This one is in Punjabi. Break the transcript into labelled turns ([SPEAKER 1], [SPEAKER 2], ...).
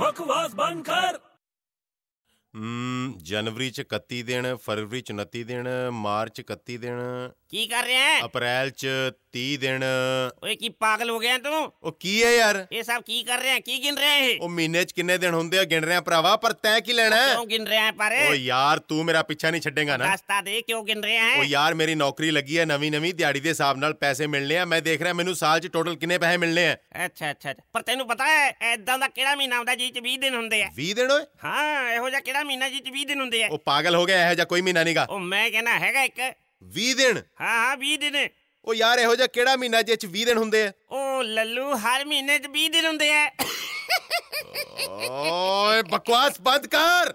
[SPEAKER 1] ਬਕਵਾਸ ਬੰਦ ਕਰ
[SPEAKER 2] ਹਮ ਜਨਵਰੀ ਚ 31 ਦਿਨ ਫਰਵਰੀ ਚ 29 ਦਿਨ ਮਾਰਚ 31 ਦਿਨ
[SPEAKER 3] ਕੀ ਕਰ ਰਿਹਾ ਹੈ
[SPEAKER 2] ਅਪ੍ਰੈਲ ਚ 30 ਦਿਨ
[SPEAKER 3] ਓਏ ਕੀ ਪਾਗਲ ਹੋ ਗਿਆ ਤੂੰ
[SPEAKER 2] ਉਹ ਕੀ ਹੈ ਯਾਰ
[SPEAKER 3] ਇਹ ਸਭ ਕੀ ਕਰ ਰਿਹਾ ਹੈ ਕੀ ਗਿਣ ਰਿਹਾ ਹੈ ਇਹ?
[SPEAKER 2] ਉਹ ਮਹੀਨੇ ਚ ਕਿੰਨੇ ਦਿਨ ਹੁੰਦੇ ਆ ਗਿਣ ਰਿਹਾ ਭਰਾਵਾ ਪਰ ਤੈਂ ਕੀ ਲੈਣਾ ਹੈ?
[SPEAKER 3] ਕਿਉਂ ਗਿਣ ਰਿਹਾ ਹੈ ਪਰ
[SPEAKER 2] ਓ ਯਾਰ ਤੂੰ ਮੇਰਾ ਪਿੱਛਾ ਨਹੀਂ ਛੱਡੇਗਾ ਨਾ
[SPEAKER 3] ਰਸਤਾ ਦੇ ਕਿਉਂ ਗਿਣ ਰਿਹਾ
[SPEAKER 2] ਓ
[SPEAKER 3] ਹੈ
[SPEAKER 2] ਯਾਰ ਮੇਰੀ ਨੌਕਰੀ ਲੱਗੀ ਹੈ ਨਵੀਂ ਨਵੀਂ ਦਿਹਾੜੀ ਦੇ ਹਿਸਾਬ ਨਾਲ ਪੈਸੇ ਮਿਲਣੇ ਆ ਮੈਂ ਦੇਖ ਰਿਹਾ ਮੈਨੂੰ ਸਾਲ ਚ ਟੋਟਲ ਕਿੰਨੇ ਪੈਸੇ ਮਿਲਣੇ ਆ
[SPEAKER 3] ਅੱਛਾ ਅੱਛਾ ਅੱਛਾ। ਪਰ ਤੈਨੂੰ ਪਤਾ ਹੈ ਐਦਾਂ ਦਾ ਕਿਹੜਾ ਮਹੀਨਾ ਹੁੰਦਾ ਜਿਸ ਚ 20 ਦਿਨ ਹੁੰਦੇ ਆ
[SPEAKER 2] 20 ਦਿਨ ਓਏ
[SPEAKER 3] ਹਾਂ ਇਹੋ ਜਿਹਾ ਕਿਹੜਾ ਮਹੀਨਾ ਜਿਸ ਚ 20 ਦਿਨ ਹੁੰਦੇ ਆ
[SPEAKER 2] ਉਹ ਪਾਗਲ ਹੋ ਗਿਆ ਇਹੋ ਜਿਹਾ ਕੋਈ ਮਹੀਨਾ ਨਹੀਂਗਾ
[SPEAKER 3] ਉਹ ਮੈਂ ਕਹਿੰਦਾ ਹੈਗਾ ਇੱਕ ਹਾਂ
[SPEAKER 2] 20 ਦਿਨ
[SPEAKER 3] ਹਾਂ 20 ਦਿਨ
[SPEAKER 2] ਉਹ ਯਾਰ ਇਹੋ ਜਿਹਾ ਕਿਹੜਾ ਮਹੀਨਾ ਜਿਹ ਚ 20 ਦਿਨ ਹੁੰਦੇ ਆ
[SPEAKER 3] ਉਹ ਲੱਲੂ ਹਰ ਮਹੀਨੇ ਚ 20 ਦਿਨ ਹੁੰਦੇ ਆ
[SPEAKER 2] ਓਏ ਬਕਵਾਸ ਬੰਦ ਕਰ